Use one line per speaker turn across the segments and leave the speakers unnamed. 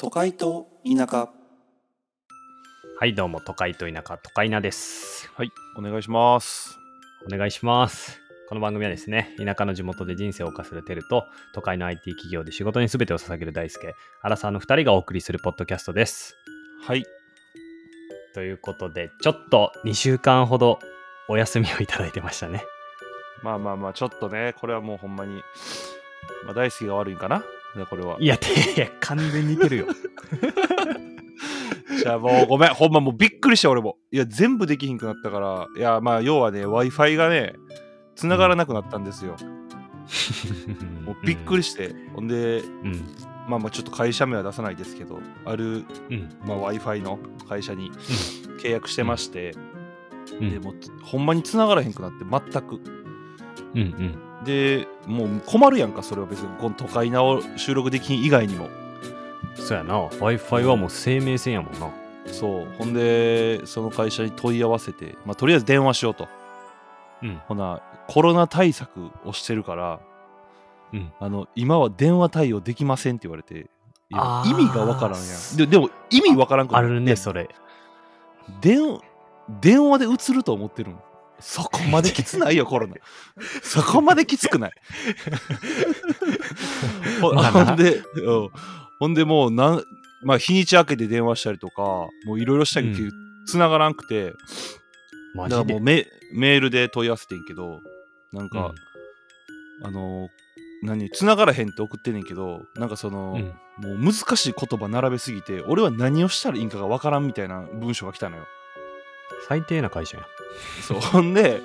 都会と田舎
はい、どうも、都会と田舎、都会なです。
はい、お願いします。
お願いします。この番組はですね、田舎の地元で人生を謳歌するテルと、都会の IT 企業で仕事に全てを捧げる大輔、アラサーの2人がお送りするポッドキャストです。
はい、
ということで、ちょっと2週間ほどお休みをいただいてましたね。
まあまあまあ、ちょっとね、これはもうほんまに、まあ、大好きが悪いんかな、ね、これは。
いや、ていや、完全に似 てるよ。
じゃあもうごめん、ほんまもうびっくりした、俺も。いや、全部できひんくなったから、いや、まあ、要はね、Wi-Fi がね、繋がらなくなったんですよ。もうびっくりして、ほんで、
うん。
まあまあ、ちょっと会社名は出さないですけど、ある、
うん。
まあ、Wi-Fi の会社に契約してまして、
うん。うん
でもうほんまに繋がらへんくなって、全く。
うん。うん。
でもう困るやんかそれは別にこの都会なを収録できん以外にも
そうやな。Wi-Fi はもう生命線やもんな。
そうほんでその会社に問い合わせて、まあ、とりあえず電話しようと
うん。
ほなコロナ対策をしてるから、
うん
あの今は電話対応できませんって言われていや
あ
意
ー
味がわからんやんででも意味わからんくな
あ
い
るね、それ。
電電話で映ると思ってるんそこまできつないよコロ ナそこまできつくないほ
まあな
ほんで、うんほんでもうなん、まあ、日にち明けて電話したりとかもういろいろしたけど、
うん
繋がらんくて
マ
だか
ジ
らもう
で。
メメールで問い合わせてんけどなん
うん
か、あのー何繋がらへんって送ってんねんけどなんかそ
う
の、
ん。
もう難しい言葉並べすぎて俺は何をしたらいいんかがわからんみたいな文章が来たのよ
最低な会社や。
そうほん で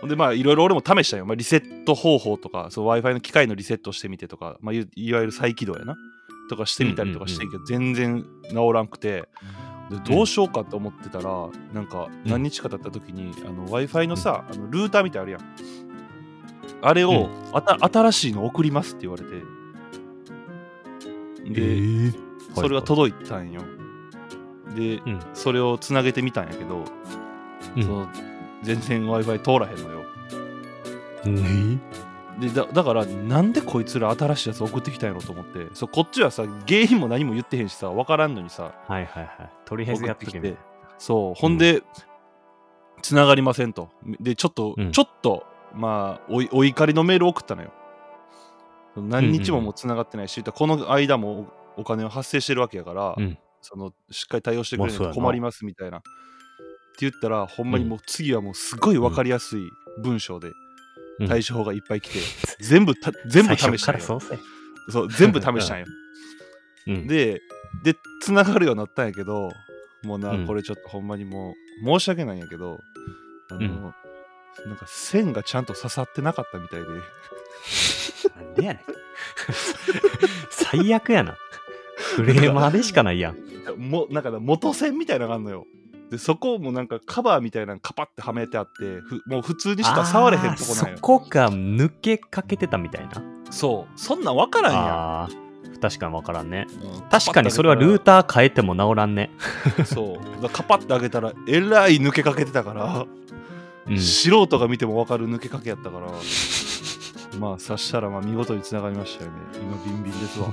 ほんでまあいろいろ俺も試したよ、まあ、リセット方法とか w i f i の機械のリセットしてみてとか、まあ、いいわゆる再起動やなとかしてみたりとかしてんけど、全然治らんくてでどうしようかと思ってたら、なんか
うん
何日か経った時に、あの w i f i のさ、あのルーターみたいあるやんあれを、あた新しいの送りますって言われてで、
ー
それが届いたんよで、
うん
それをつなげてみたんやけど、
うん
その全然 w i f i 通らへんのよでだだからなんでこいつら新しいやつ送ってきたんやろと思ってそうこっちはさ原因も何も言ってへんしさ分からんのにさ
はいはいはい。とりあえず
送
や
っ
ってと
き
け
て
みたい
そうほんで、繋がりませんとでちょっと、
うん
ちょっとまあおいお怒りのメール送ったのよ何日ももう繋がってないし、この間もお金を発生してるわけやから、
うん
そのしっかり対応してくれ
まあそ
ない
う
と
やな
困りますみたいなって言ったらほんまにもう次はもうすごい分かりやすい文章で
うん
対処法がいっぱい来て、全部た全部
最
試
初
し
か
た
ら
んよ
そうせ。
そう全部試したんよ
うん
でで繋がるようになったんやけどもうな、
うん
これちょっとほんまにもう申し訳ないんやけどあの、
うん
なんか線がちゃんと刺さってなかったみたいで
なんでやねん。最悪やな。クレーマーでしかないやん。
もなんかな元線みたいなのがあんのよでそこをもうなんかカバーみたいなのカパッてはめてあってふもう普通にしたら触れへんとこなん
あー
よ
そこが抜けかけてたみたいな。
そうそんなん分からんや
あー確かにわからんね。
ん、うん
確かにそれはルータ
カ
ー変えても直らんね。
パッて上げたらそうだカパッて上げたらえらい抜けかけてたから
うん。
素人が見ても分かる抜けかけやったからまあ察したらまあ見事に繋がりましたよね今ビンビンですわ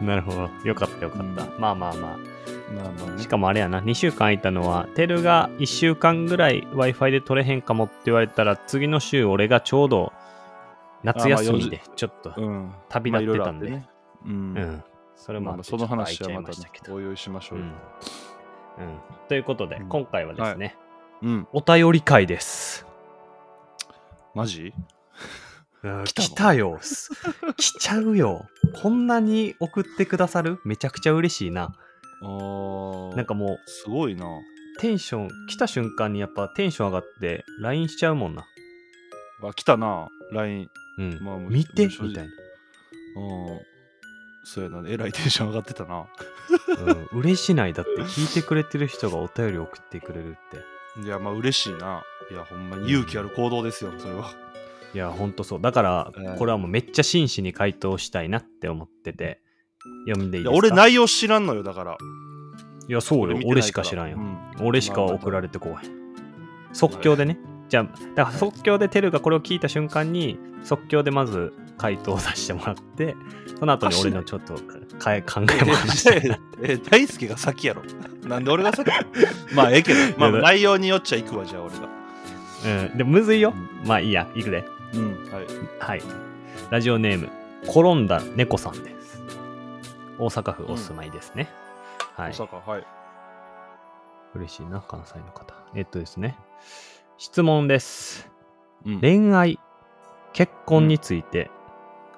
なるほど。よかったよかった。まあまあま
まあまあ
あ。
ね
しかもあれやな、2週間空いたのは、テルが1週間ぐらい Wi-Fi で取れへんかもって言われたら、次の週俺がちょうど夏休みで、ちょっと
うん
旅立ってたんで
まあいろいろあねうん、
うん。それも
ま
あ
あま
っ
あ
てちょ
そ
っと
の
空い
話
ちゃ
はいま
ましたたけど。
応用しましょ
う
うんよ
うんということで、
うん
今回はですね、
うん、
お便り会です。
マジ
うん
来たの
来たよ。 す来ちゃうよ。こんなに送ってくださるめちゃくちゃ嬉しいな。
あー
なんかもう、
すごいな
テンション、来た瞬間にやっぱテンション上がって、LINE しちゃうもんな。
あ来たな LINE
うん。
まあもう
見て
もう正直
みたいな。
うんそうやなえらいテ ンション上がってたな
うん、嬉しない。だって聞いてくれてる人がお便り送ってくれるって。
いやまあ嬉しいないやほんまに勇気ある行動ですよそれはい
や、ほんとそう。だから
う、ん
これはもうめっちゃ真摯に回答したいなって思ってて、読んでいい
い
です
や
か
俺内容知らんのよだから
いや、そうよ。
見てない
俺しか知らんよ。
う
俺しか送られてこうへん。即興でね。じゃあ、だから即興でテルがこれを聞いた瞬間に、即興でまず回答を出してもらって、その後に俺のちょっとかえ考えも話して
え大輔が先やろなんで俺 が先まあええけど、まあ、
いやだ
内容によっちゃいくわじゃあ俺が
うん。でもむずいよ。まあいいや、いくで。
うんはい
はい。ラジオネーム、転んだ猫さんです。大阪府お住まいですね。はい。
大阪はい
嬉しいな、関西の方。えっとですね。質問です。
うん
恋愛結婚について、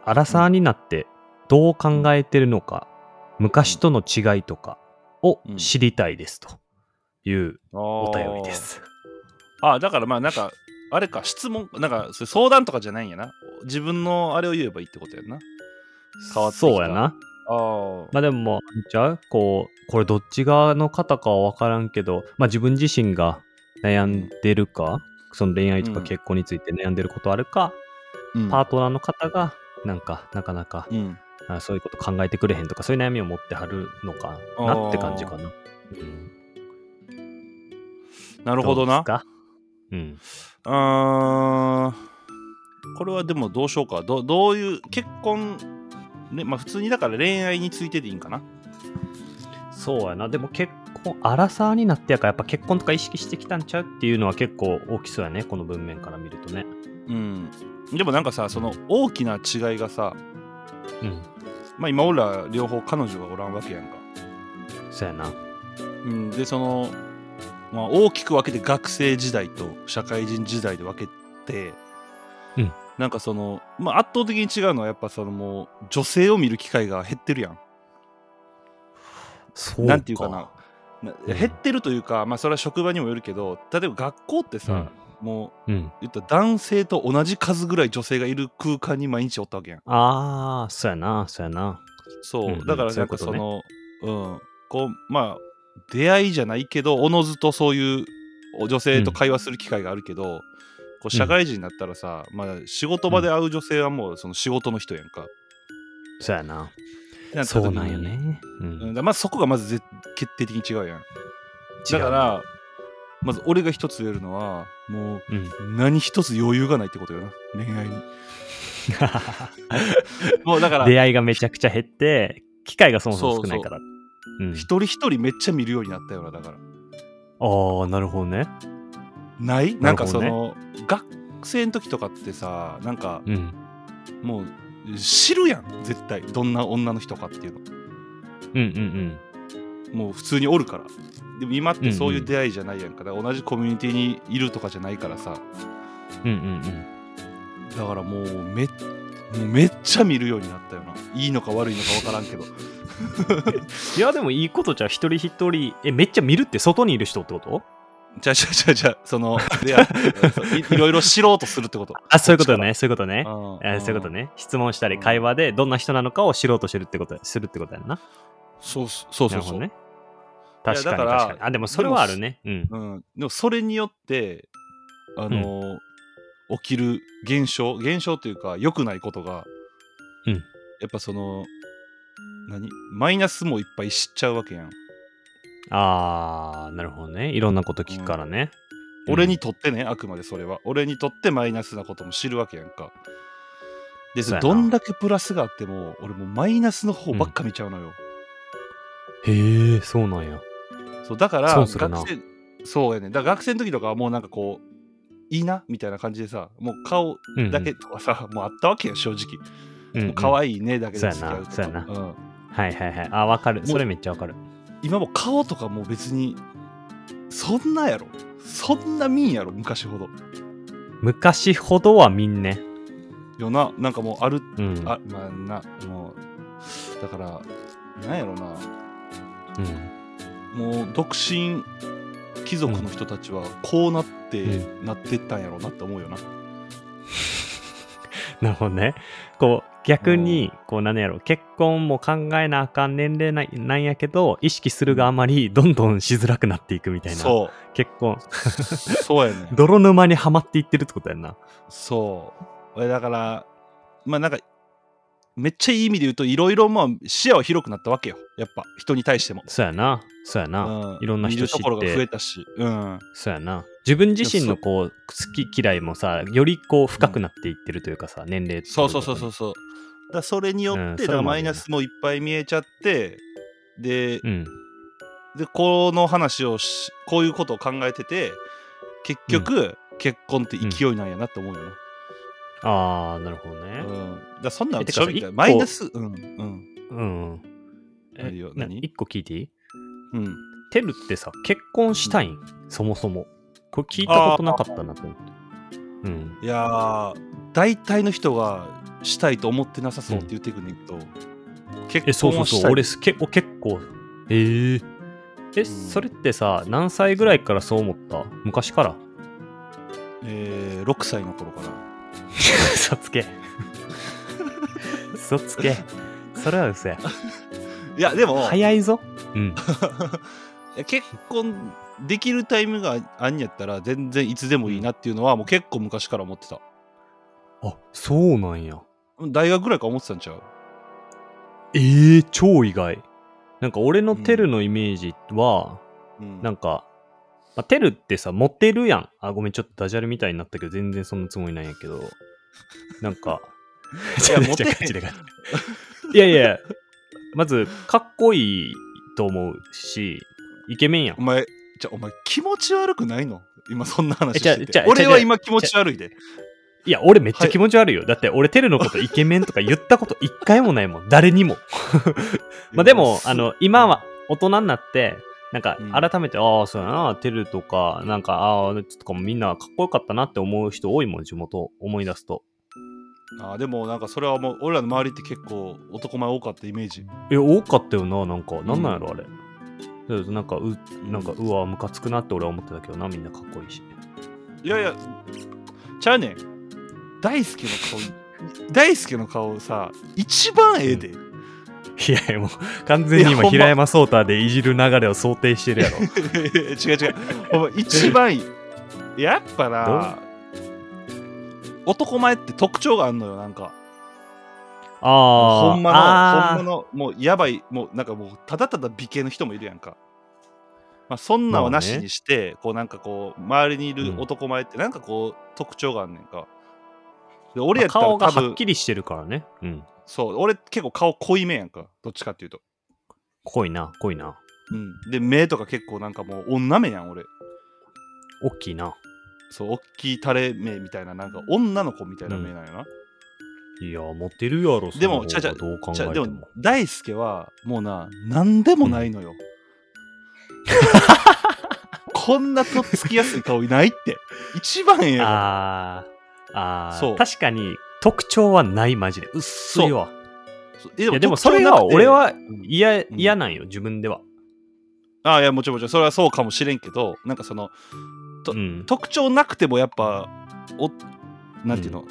アラサーになってどう考えてるのか、昔との違いとかを知りたいですというお便りです。
あーあだからまあなんかあれか質問なんかそれ相談とかじゃないんやな自分のあれを言えばいいってことやんな変わってきた
そうやな。
あー
まあでももうあんちゃうこうこれどっち側の方かは分からんけど、まあ、自分自身が悩んでるか、その恋愛とか
うん
結婚について悩んでることあるか、
うん
パートナーの方がなんかなかなか
うん
あそういうこと考えてくれへんとかそういう悩みを持ってはるのかなって感じかな。うん
なるほど
う
な
ですかうん、
うーんこれはでもどうしようかどどういう結婚ねまあ普通にだから恋愛についてでいいんかな
そうやなでも結婚アラサーになってやからやっぱ結婚とか意識してきたんちゃうっていうのは結構大きそうやねこの文面から見るとね。
うんでもなんかさその大きな違いがさ
うん、
まあ今俺ら両方彼女がおらんわけやんか、
そうやな。
うん、でその、まあ、大きく分けて学生時代と社会人時代で分けて、
うん
なんかその、まあ、圧倒的に違うのはやっぱそのもう女性を見る機会が減ってるやん
そう
なんていうかなな
うん
減ってるというか、まあ、それは職場にもよるけど例えば学校って
う
さ
ん、
もう
うん、
言ったら男性と同じ数ぐらい女性がいる空間に毎日おったわけやん
ああ、そうやな、そうやな。
そう、
うんうん
だから
そういう
な
んこ
か
と
そ
ね
のうんこうまあ出会いじゃないけどおのずとそういうお女性と会話する機会があるけど、こう社会人になったらさ、まあ、仕事場で会う女性はもうその仕事の人やんか。
そうやな。
ってなった時
そう
に
なんよ。ね。う
うんだ
ん。
からまあそこがまず絶決定的に違うやん。だか
違う、
らまず俺が一つ言えるのはもう
うん。
何一つ余裕がないってことよな恋 愛に。もうだから
出会いがめちゃくちゃ減って、機会がそもそも少ないから。うん。
一人一人めっちゃ見るようになったよなだから。
ああ、なるほどね。
ない
な
なん
る
か
ほど
そ
ね
の、学生の時とかってさなんか
うん。
もう知るやん絶対どんな女の人かっていうの
うんうん
もう普通におるからでも今
う
っ
んう
て
ん
そういう出会いじゃないやんか,、同じコミュニティにいるとかじゃないからさ
うん。うんうんうん。
だからもうめもうめっちゃ見るようになったよないいのか悪いのか分からんけど
いや、でもいいことじゃう、一人一人、え、めっちゃ見るって外にいる人ってこと
じゃあじゃあじゃあじゃあ その出会いいいろいろ知ろうとするってこと
あ、そういうことね、そういうことね。
あ
あそういうことね。質問したり、会話でどんな人なのかを知ろうとしてるってこと、するってことやんな。
そうそ
な
うそ
る
う
ほ
そう、
どね。
や
確かに
だから
確かに。あ、でもそれはあるね。うん。
うん、でもそれによってあのー起きる現象現象というか良くないことが、
うん
やっぱその何マイナスもいっぱい知っちゃうわけやん、
あー、なるほどね。いろんなこと聞くからね。
俺にとってねあくまでそれは俺にとってマイナスなことも知るわけやんかで
そうやな
どんだけプラスがあっても俺もうマイナスの方ばっか見ちゃうのよ、
へえ、そうなんや。
そうだから
そう
学
するな
生そうやねだから学生の時とかはもうなんかこういいなみたいな感じでさもう顔
うんうん
だけとかさ、もうあったわけやん正直
うんうん
可愛いねだけで付き合うと
そうやな
か、うん、
はいはいはい。あ、わかる。それめっちゃわかる。
今もう顔とかもう別にそんなやろそんな見んやろ昔ほど
昔ほどはみんね。
よななんかもうある
うん。
あまあなもうだからなんやろな
うん、
もう独身貴族の人たちはこうなって、
う
なってったんやろうなって思うよな
なるほどね。こう、逆に、こう、なんやろ、結婚も考えなあかん年齢ななんやけど、意識するがあまり、どんどんしづらくなっていくみたいな。
そう
結婚、
そうや ねん
泥沼にはまっていってるってことやんな。
そう俺だからまあなんかめっちゃいい意味で言うといろいろまあ視野は広くなったわけよやっぱ人に対しても、
そうやな。そうやな。
うん、
いろんな人
見るところが
知って
増えたし、うん、
そうやな。自分自身のこう、好き嫌いもさ、よりこう、深くなっていってるというかさ、年齢。
そうそうそうそううそうだからそれによって、
うん
だ
そ
か
れもあるよね
らマイナスもいっぱい見えちゃってで
うん。
でこの話をしこういうことを考えてて結局、結婚って勢いなんやなって思うよな、
あー、なるほど
う
ね。
んだからそんなん
えて
でし
か
ょ
さ
みた
一
いな
個
マイナスうんうん
うん。え
あるよ
な
何
一個聞いていい
うん
テルってさ、結婚したいん、そもそも。これ聞いたことなかったなと思って。うん。
いやー大体の人がしたいと思ってなさそうっていうテクニックと、
え、
結
そう
婚
そう
をし
そ
た
う。
い
俺す、結構、結構。えー、え、それってさ、何歳ぐらいからそう思った昔から。
えー、6歳の頃かな
嘘つ け。嘘つけ。それは嘘や。
いやでも
早いぞ。うん。
いや結婚できるタイミングがあんやったら全然いつでもいいなっていうのはもう結構昔から思ってた
あ、そうなんや。
大学ぐらいから思ってたんちゃう
ええ超意外。なんか俺のテルのイメージは、
うん
なんか、まあ、テルってさ、モテるやん。あ、ごめん、ちょっとダジャレみたいになったけど、全然そんなつもりないんやけど、なんか、
いやモテへん
ちょちょちょちょち ょいやいや、まず、かっこいいと思うし、イケメンやん
お。前じゃお前気持ち悪くないの今そんな話
えちゃ
して
ち
て
ゃ
俺は
ちゃ
今気持ち悪いで
いや、俺めっちゃ気持ち悪いよ。だって、俺テルのことイケメンとか言ったこと一回もないもん。誰にも。まあでも、あの、今は大人になって、なんか
うん
改めて、ああ、そうやな、テルとか、なんか、ああ、とかもみんなかっこよかったなって思う人多いもん、地元を思い出すと。
あーでもなんかそれはもう俺らの周りって結構男前多かったイメージ
え、多かったよな、なんか、なんなんやろ、あれ。だからなんか、う、なんか、うわ、ムカつくなって俺は思ってたけどな、みんなかっこいいし。
いやいやちゃうねん大輔の顔大輔の顔さ一番ええで、
いやいや、もう、完全に
いやほん
今、
ま
平山颯太でいじる流れを想定してるやろ。
違う違うお前一番いいやっぱな男前って特徴があるのよなんか
ああ、
ほんま
あー
のほんまのもうやばいもうなんかもうただただ美形の人もいるやんか、まあ、そんなんはなしにして、こうなんかこう周りにいる男前ってなんかこう特徴があんねんかで俺やったら
顔が
多
はっ
分
きりしてるからね。うん。
そう俺結構顔濃いめやんかどっちかっていうと、
濃いな、濃いな。
うん、で目とか結構なんかもう女目やん俺
大きいな。
そう、大きい垂れ目みたいな、なんか女の子みたいな目なんやな。
いや、モテるやろ、
で
その方
も
が
ちゃうち
どう考え
じゃあ、
て
で
も。
も、大輔は、もうな、なんでもないのよ。 こんなとっつきやすい顔いないって。一番ええよ。
あーあー
そう
確かに特徴はない、マジで。うっすいわ。
そう
い
え
や、でもそれは、俺。は嫌、
ん
嫌なんよ、自分では。
ああ、いや、もちろんもちろん、それはそうかもしれんけど、なんかその、と
うん。
特徴なくてもやっぱ、お、なんていうの、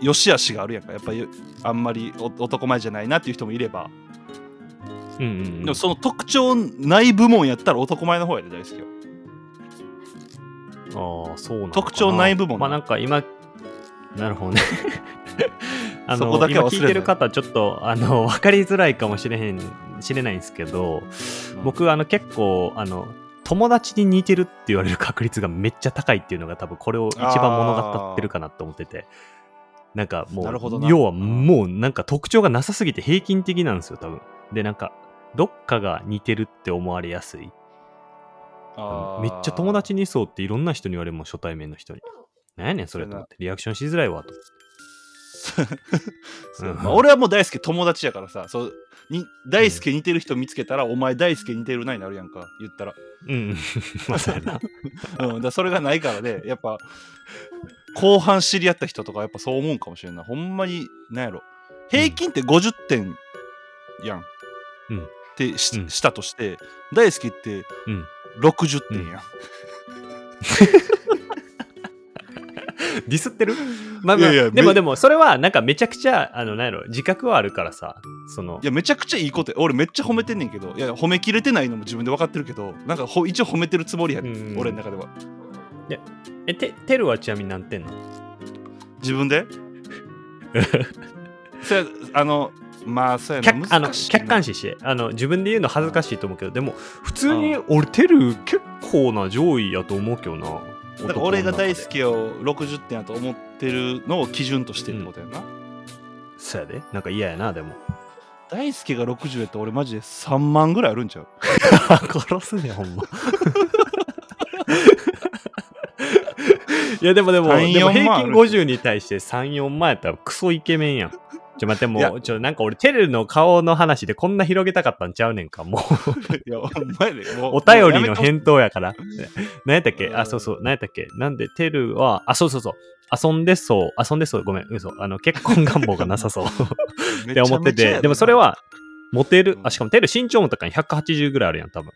よしあしがあるやんか。やっぱよ、あんまりお男前じゃないなっていう人もいれば、
うんうんうん
でもその特徴ない部門やったら男前の方やで、大輔は。
ああ、そうなのか
特徴ない部門
まあなんか今、なるほ どね。あ
そ
の
こだけは忘
今
れない
聞いてる方、ちょっとあ の分かりづらいかもしれへん、しれないんですけど、僕、あの結構、あの、友達に似てるって言われる確率がめっちゃ高いっていうのが多分これを一番物語ってるかなと思ってて。なんかも
なるほど
う、
な
要はもうなんか特徴がなさすぎて平均的なんですよ、多分。で、なんか、どっかが似てるって思われやすい。
あー
めっちゃ友達にそうっていろんな人に言われるもん初対面の人に。なんやねんそれと思ってリアクションしづらいわと。
そう
うん
まあ俺はもう大輔友達やからさそうに大輔似てる人見つけたら、お前大輔似てるなになるやんか言ったら,、
うん。まあそうやな。
うん、だからそれがないか らで、やっぱ後半知り合った人とかやっぱそう思うんかもしれんないほんまになんやろ平均って50点やん、
うん
ってし,、
うん
たとして大輔って
うん。
60点やん、
ディス ってるまあまあ
いやいや
で
め
もでもそれはなんかめちゃくちゃ、あの、なんやろ、自覚はあるからさ、その
い、やめちゃくちゃいいことや俺めっちゃ褒めてんねんけどいや褒めきれてないのも自分で分かってるけどなんかほ一応褒めてるつもりやねん、
うん
俺の中では
え、てテルはちなみに何点なの
自分でそれあのまあそうやな
客あの
難しいな
客観視してあの自分で言うの恥ずかしいと思うけどでも普通に俺テル結構な上位やと思うけどな
だから俺が大好きを60点やと思ってるのを基準としてるってことやな、
そうやでなんか嫌やなでも
大輔が60やったら俺マジで3万ぐらいあるんちゃう
殺すねほんまいやでもでも
3-4
でも平
万あ
均
る
50に対して34万やったらクソイケメンやんちょ待って
い
も
や
うちょなんか俺テルの顔の話でこんな広げたかったんちゃうねんかもう
いや、お前で、 もう
お便りの
やめて
返答やから何やったっけ
うん
あそうそう何やったっけなんでテルはあそうそうそう遊んでそう遊んでそうごめん嘘あの結婚願望がなさ そう
ほし い
って思って
めちゃめちゃや
て、
な
でもそれは、モテる
う、ん
あ、しかもテル身長も高い180ぐらいあるやん、多分。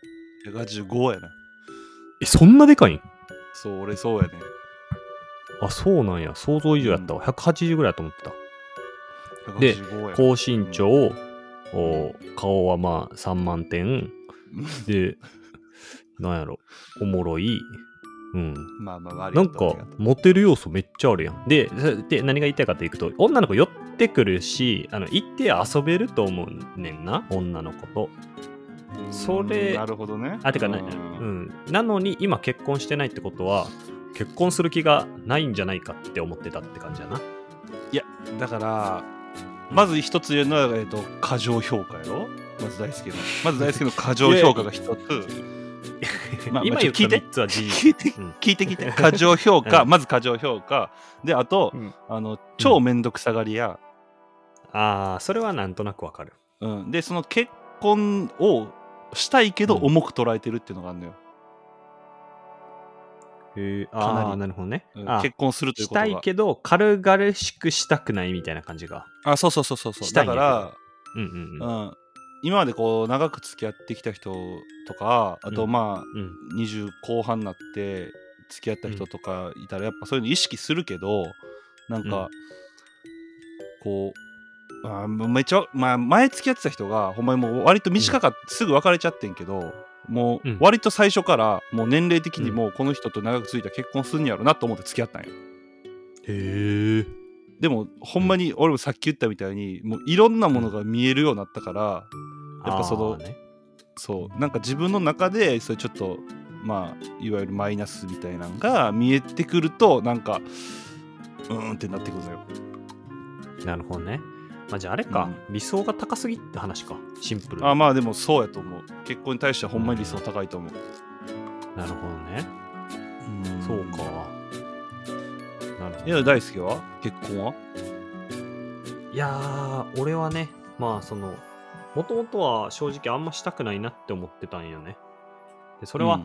185やな。
え、そんなでかいん
そう、俺そうやね。
あ、そうなんや。想像以上やったわ。180ぐらいやと思ってた。で
185や
高身長、お顔はまあ3万点。で、なんやろ、おもろい。うん。
まあまあまあ、あり
な
が
ん
とう
か、モテる要素めっちゃあるやん。で、そで何が言いたいかというと、女の子寄ってくるし、あの、行って遊べると思うねんな、女の子と。それ
うんなるほどね。
あ、てかな、
う
うんん。なのに、今結婚してないってことは、結婚する気がないんじゃないかって思ってたって感じだな。
いや、だから、まず一つ言うのは、えっと、過剰評価やろまず大輔の。まず大輔の過剰評価が一つ。まあ
今
まあち
言っ
ょったと聞いて
3つは事
聞
実。
いて、
うん
聞いてきて。過剰評価、
うん
まず過剰評価。で、あと、
うん
あの、超めんどくさがりや。
ああ、それはなんとなくわかる。
うん、でその結婚をしたいけど
うん
重く捉えてるっていうのがあるのよ、
へ
かなり
ああ、なるほどね。
うん
あー
結婚するという
し
ことが
たいけど、軽々しくしたくないみたいな感じが。
あそうそうそうそうそう
した
だ
いんや
か
けど
ら、
うんうんうん。
うん、今までこう長く付き合ってきた人とかあと
うん
まあ
うん、
20後半になって付き合った人とかいたらやっぱそういうの意識するけどなんか、
うん
こうあーめっちゃ、まあ、前付き合ってた人がほんまにもう割と短かった、すぐ別れちゃってんけどもう
うん
割と最初からもう年齢的に
うん
もうこの人と長く続いたら結婚するんやろなと思って付き合ったんよ
へえ。
でもほんまに俺もさっき言ったみたいにもういろんなものが見えるようになったからやっぱその
あーね
そうなんか自分の中でそれちょっとまあいわゆるマイナスみたいなのが見えてくるとなんかうーんってなってくるのよ
なるほどね。まあ、じゃああれか、理想が高すぎって話か。シンプルに
あまあでもそうやと思う結婚に対してはほんまに理想高いと思う、
なるほどね。そうか。なるほど。
いや大輔は結婚はい
やー、俺はね、まあその、もともとは正直あんましたくないなって思ってたんよね。でそ
こ
れは、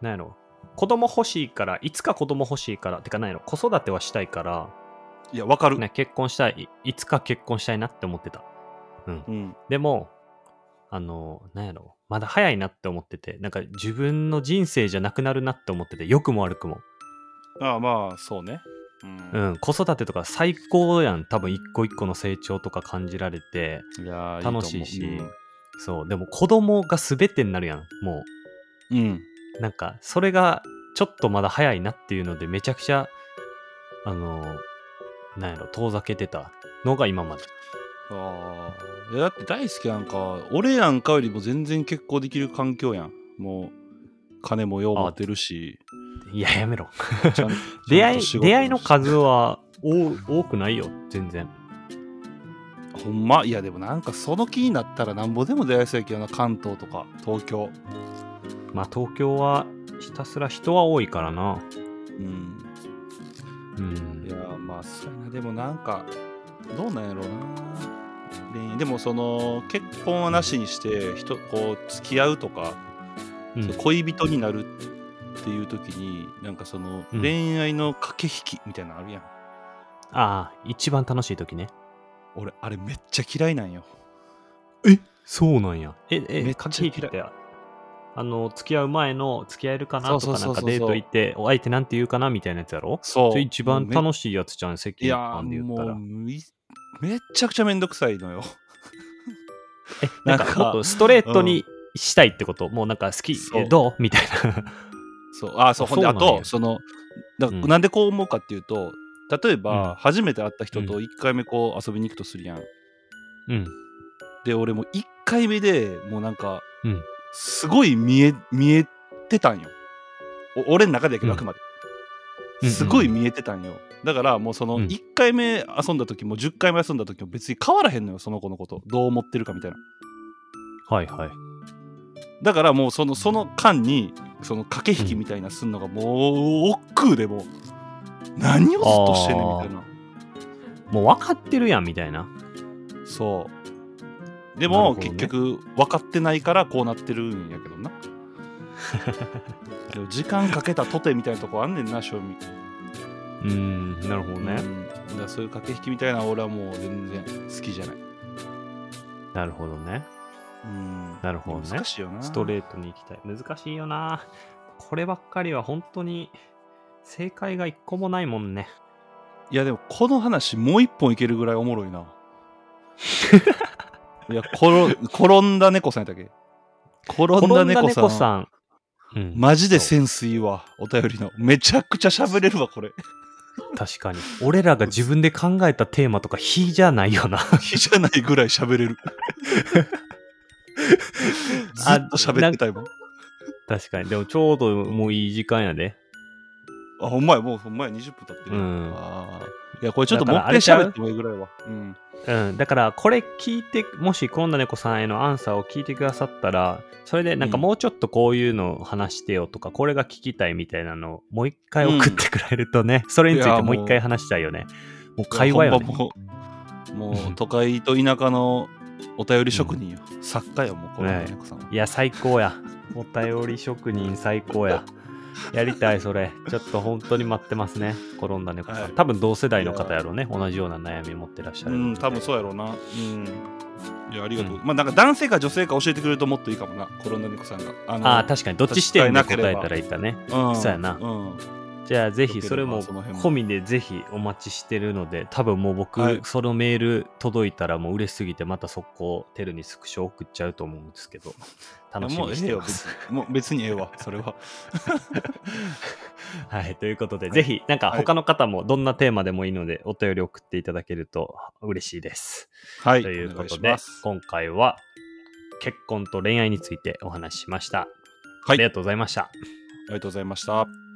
なんやろ、子供欲しいから、いつか子供欲しいから、てかなんやろ、子育てはしたいから、
いやわかる、
ね、結婚したい、いいつか結婚したいなって思ってた。うん。
うん
でも、あの、なんやろ、まだ早いなって思ってて、なんか自分の人生じゃなくなるなって思ってて、良くも悪くも。
ああまあそうねう、
うんん、子育てとか最高やん、多分一個一個の成長とか感じられて、
いやー
楽しいし
いいと
そう、でも子供が全てになるやん、も
思ううん、
う。なんか、それがちょっとまだ早いなっていうので、めちゃくちゃ、あのー、なんやろ、遠ざけてたのが今まで。
うんあーいやだって大輔なんか俺なんかよりも全然結婚できる環境やんもう金もよう持ってるし
いや、やめろ。
ちゃんと
出会い
仕、事も
出会いの数はお多くないよ、全然。
ほんまいやでもなんかその気になったらなんぼでも出会いそうやけどな関東とか東京
まあ、東京はひたすら人は多いからな。
うん
う
い
ん
や。まあそうやなでもなんかどうなんやろうな恋愛でもその結婚はなしにして人こう付き合うとか、
うん
そう恋人になるっていう時になんかその
うん
恋愛の駆け引きみたいなのあるやん、
ああ、一番楽しい時ね。
俺あれめっちゃ嫌いなんよ
そうなんや。え、
め
え、
っちゃ
駆け引きって、あの、付き合う前の、付き合えるかなと
そう
か、
そう
な
そ
んか
うそう
デート行って、お相手なんて言うかなみたいなやつやろ
そ
そうれ一番
もうめ
楽しいやつじゃん、席
い
一
や
般で
ー
言
も
ったら。
ういめっちゃくちゃめんどくさいのよ
え、 なん
なん
か、
か
もっとストレートにしたいってこと、もうなんか好き
そ、う
えどうみたいな。
そう、あ、そう、ほんで、
そ
あ
うなんや
と、その、だ
うん
なんでこう思うかっていうと、例えば、
うん
初めて会った人
う
と1回目こう遊びに行くとするやん。
うん。
で、俺も1回目でもうなんか、
うん
すごい見え、見えてたんよ。お俺の中でやけど、
うん
あくまで。
うんうん
すごい見えてたんよ。だからもうその
うん
1回目遊んだ時も10回目遊んだ時も別に変わらへんのよ、その子のこと。どう思ってるかみたいな。
はいはい。
だからもうそのその間にその駆け引きみたいなすんのがもう億劫でもう何をずっとしてんねんみたいな
もう分かってるやんみたいな。
そうで
なるほ
も、
どね
結局分かってないからこうなってるんやけどなでも時間かけたとてみたいなとこあんねんな正味
うーん、なるほどね
う。んだからそういう駆け引きみたいな俺はもう全然好きじゃない
なるほどね。
うん
なるほどね
難しいよな
ストレートに行きたい。難しいよな。こればっかりは本当に正解が一個もないもんね。
いやでもこの話もう一本いけるぐらいおもろいな。 いや転転んだ猫さんやったっけ転んだ猫さん
さん。うん、
マジでセンスいいわお便りのめちゃくちゃ喋れるわこれ
確かに。俺らが自分で考えたテーマとか非じゃないよな。
日じゃないぐらい 喋れるずっと喋ってたいもん
確かに。でもちょうどもういい時間やで。
あほんまやもうほんまや20分経ってる、
うん
あーいやこれちょっともう
だ
一
からあれちゃう
回喋ってもいいぐらいわうん
うん。だからこれ聞いて、もしこんな猫さんへのアンサーを聞いてくださったら、それでなんか
うん
もうちょっとこういうのを話してよとか、これが聞きたいみたいなのをもう一回送ってくれるとね、それについてもう一回話したいよね。もう会話よ
い
ね
や。ほんまもうもう都会と田舎のお便り職人よ、作家よもうこの猫さんは、
いや、最高や。お便り職人最高や。やりたい、それ。ちょっと本当に待ってますね。転んだ猫さん。
はい
多分同世代の方やろうね。同じような悩み持ってらっしゃる。
うん、多分そうやろうな。うん。いや、ありがとう。まあ、なんか男性か女性か教えてくれるともっといいかもな、コロナ猫さんが。あの
ああ、確かに。どっち視点で
確か
答
になけれ
え
ば
たらいいかね。
うん
そうやな
うん。
じゃあ、ぜひ、
よければ
それも
その辺も
込みで、ぜひお待ちしてるので、多分もう僕、
はい
そのメール届いたらもう嬉しすぎて、また速攻、テルにスクショ送っちゃうと思うんですけど、楽しみにしてます。
もう別にええわ、それは。
はい、ということで、
はい
ぜひ、なんか
はい
他の方もどんなテーマでもいいので、お便り送っていただけると嬉しいです。
はい。
というこ
お願
と
し
で
ます、
今回は結婚と恋愛についてお話ししました。
はい
ありがとうございました。
ありがとうございました。